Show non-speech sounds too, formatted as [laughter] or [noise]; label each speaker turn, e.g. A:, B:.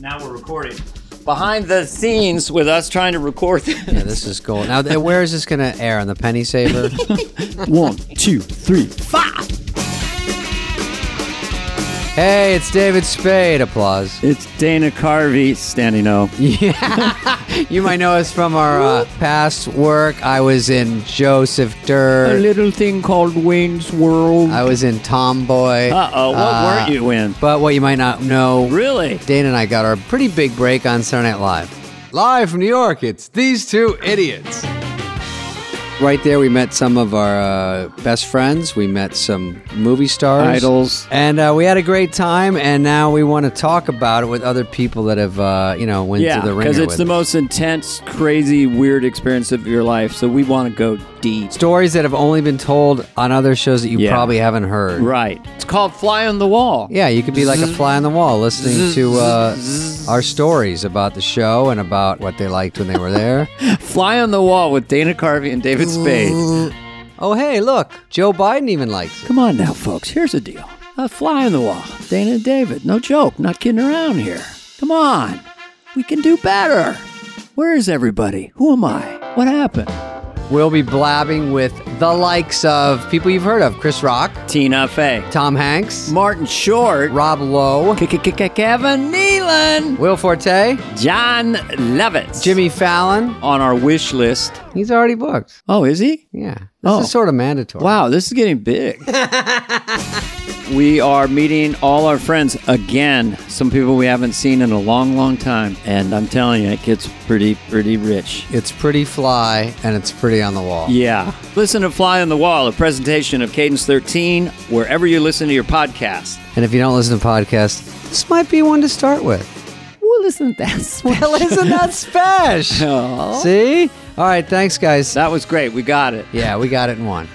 A: Now we're recording. Behind the scenes with us trying to record
B: Yeah, this is cool. Now, th- where is this going to air on the Penny Saver?
C: [laughs] One, two, three, five.
B: hey, it's David Spade. Applause.
C: It's Dana Carvey standing O.
B: You might know us from our uh, past work. I was in Joseph Dirt.
C: little thing called Wayne's World.
B: I
C: Uh
B: was in Tomboy.
C: oh, what
B: Uh,
C: weren't you in?
B: But what you might not know,
C: Really?
B: Dana and I got our pretty big break on Saturday Night Live. Live from New York, it's these two idiots. Right there, we met some of our uh, best friends. We met some movie stars.
C: Idols.
B: And uh, we had a great time, and now we want to talk about it with other people that have, uh, you know, went
C: Yeah,
B: to the ringer.
C: because it's
B: with
C: the most
B: us.
C: intense, crazy, weird experience of your life. So we want to go deep.
B: stories that have only been told on other shows that you
C: Yeah.
B: probably haven't heard.
C: Right. It's called Fly on the Wall.
B: Yeah, you could be like a fly on the wall listening to uh, our stories about the show and about what they liked when they were there.
C: Fly on the Wall with Dana Carvey and David Spade.
B: Oh, hey, look, Joe Biden even likes it.
C: Come on now, folks. Here's the deal. A fly on the wall. Dana and David. No joke. Not kidding around here. Come on. We can do better. Where is everybody? Who am I? What happened?
B: We'll be blabbing with the likes of people you've heard of Chris Rock,
C: Tina Fey.
B: Tom Hanks,
C: Martin Short.
B: Rob Lowe,
C: Kevin Nealon.
B: Will Forte,
C: John Lovitz.
B: Jimmy Fallon.
C: On our wish list.
B: He's already booked.
C: Oh, is he?
B: Yeah. This
C: Oh.
B: is sort of mandatory.
C: Wow, this is getting big. we are meeting all our friends again. Some people we haven't seen in a long, long time. And I'm telling you, it gets pretty, pretty rich.
B: It's pretty fly and it's pretty on the wall.
C: Yeah. Listen to Fly on the Wall, a presentation of Cadence 13, wherever you listen to your podcast.
B: And if you don't listen to podcasts, this might be one to
C: [laughs]
B: start with.
C: Well, isn't that [laughs] sweet?
B: Well, isn't
C: [laughs]
B: that special? See? All right, thanks, guys.
C: Oh, That was great. We got it.
B: Yeah, we got it in one.